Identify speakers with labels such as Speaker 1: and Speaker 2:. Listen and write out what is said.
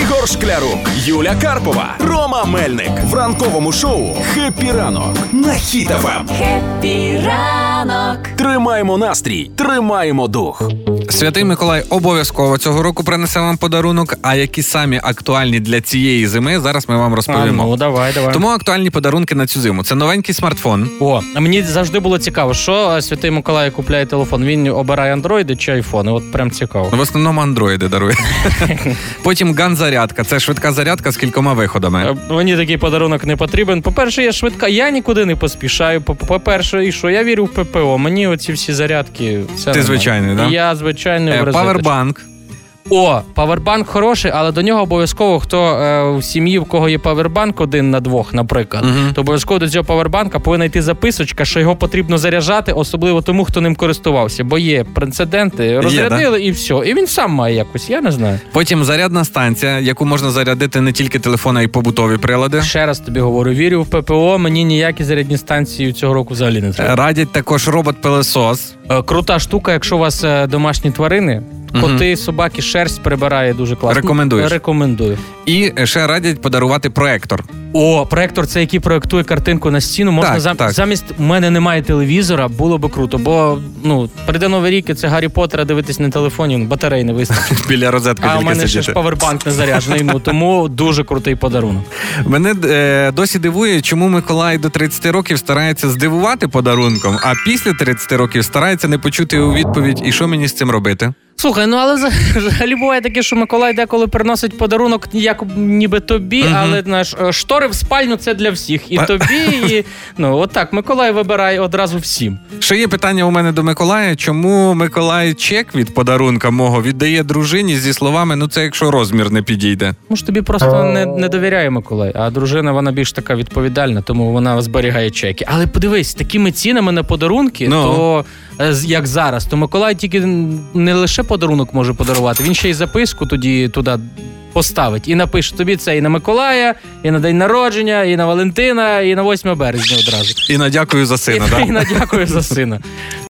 Speaker 1: Ігор Шклярук, Юля Карпова, Рома Мельник в ранковому шоу «Хеппі ранок» на Хіт-ФМ.
Speaker 2: Піранок.
Speaker 1: Тримаємо настрій, тримаємо дух.
Speaker 3: Святий Миколай обов'язково цього року принесе вам подарунок. А які самі актуальні для цієї зими, зараз ми вам
Speaker 4: А,
Speaker 3: розповімо.
Speaker 4: ну, давай, давай.
Speaker 3: Тому актуальні подарунки на цю зиму. Це новенький смартфон.
Speaker 4: О, а мені завжди було цікаво, що е, святий Миколай купляє телефон. Він обирає андроїди чи айфони. От прям цікаво.
Speaker 3: Ну, В основному андроїди дарує. Потім ганзарядка. Це швидка зарядка з кількома
Speaker 4: Е,
Speaker 3: виходами.
Speaker 4: Мені такий подарунок не потрібен. По-перше, я швидка, я нікуди не поспішаю. По- По-перше, і що я вірю в ППО. Мені оці всі зарядки. Все нормально.
Speaker 3: звичайний, да?
Speaker 4: Я звичайний
Speaker 3: Е,
Speaker 4: в розеточку.
Speaker 3: Павербанк.
Speaker 4: О, павербанк хороший, але до нього обов'язково хто е, в сім'ї, в кого є павербанк один на двох, наприклад,
Speaker 3: Мгм.
Speaker 4: то обов'язково до цього павербанка повинна йти записочка, що його потрібно заряджати, особливо тому, хто ним користувався. Бо є прецеденти, розрядили і все. І він сам має якось, я не знаю.
Speaker 3: Потім зарядна станція, яку можна зарядити не тільки телефон, а й побутові прилади.
Speaker 4: Ще раз тобі говорю: вірю в ППО, мені ніякі зарядні станції цього року взагалі не треба.
Speaker 3: Е, Радять також робот-пилесос.
Speaker 4: Е, Крута штука, якщо у вас е, домашні тварини,
Speaker 3: Мгм.
Speaker 4: коти, собаки, шерсть прибирає дуже класно.
Speaker 3: Рекомендуєш?
Speaker 4: Рекомендую.
Speaker 3: І ще радять подарувати проектор.
Speaker 4: О, проектор це який проектує картинку на стіну. Можна
Speaker 3: Так,
Speaker 4: зам...
Speaker 3: так.
Speaker 4: замість у мене немає телевізора, було би круто, бо ну прийде новий рік, і це Гаррі Поттера дивитись на телефоні, ну, батарей не вистачить.
Speaker 3: Біля розетки
Speaker 4: А у
Speaker 3: тільки
Speaker 4: мене ще ж
Speaker 3: сидіти.
Speaker 4: павербанк не заряджений. Ну тому дуже крутий подарунок.
Speaker 3: Мене е, досі дивує, чому Миколай до 30 років старається здивувати подарунком, а після 30 років старається не почути у відповідь, і що мені з цим робити.
Speaker 4: Слухай, ну але взаг- взагалі буває таке, що Миколай деколи приносить подарунок, як ніби тобі,
Speaker 3: Мгм.
Speaker 4: але знаєш, е, штори в спальню це для всіх. І
Speaker 3: Па-
Speaker 4: тобі, і ну отак, Миколай вибирає одразу всім.
Speaker 3: Ще є питання у мене до Миколая: чому Миколай чек від подарунка мого віддає дружині зі словами: ну це якщо розмір не підійде.
Speaker 4: Може, тобі просто не, не довіряє Миколай. А дружина вона більш така відповідальна, тому вона зберігає чеки. Але подивись, такими цінами на подарунки,
Speaker 3: Ну.
Speaker 4: то е, з- як зараз, то Миколай тільки не лише подарунок може подарувати, він ще й записку тоді туди поставить і напише тобі це і на Миколая, і на день народження, і на Валентина, і на 8 березня одразу.
Speaker 3: І на дякую за сина.
Speaker 4: і,
Speaker 3: да?
Speaker 4: і на дякую за сина.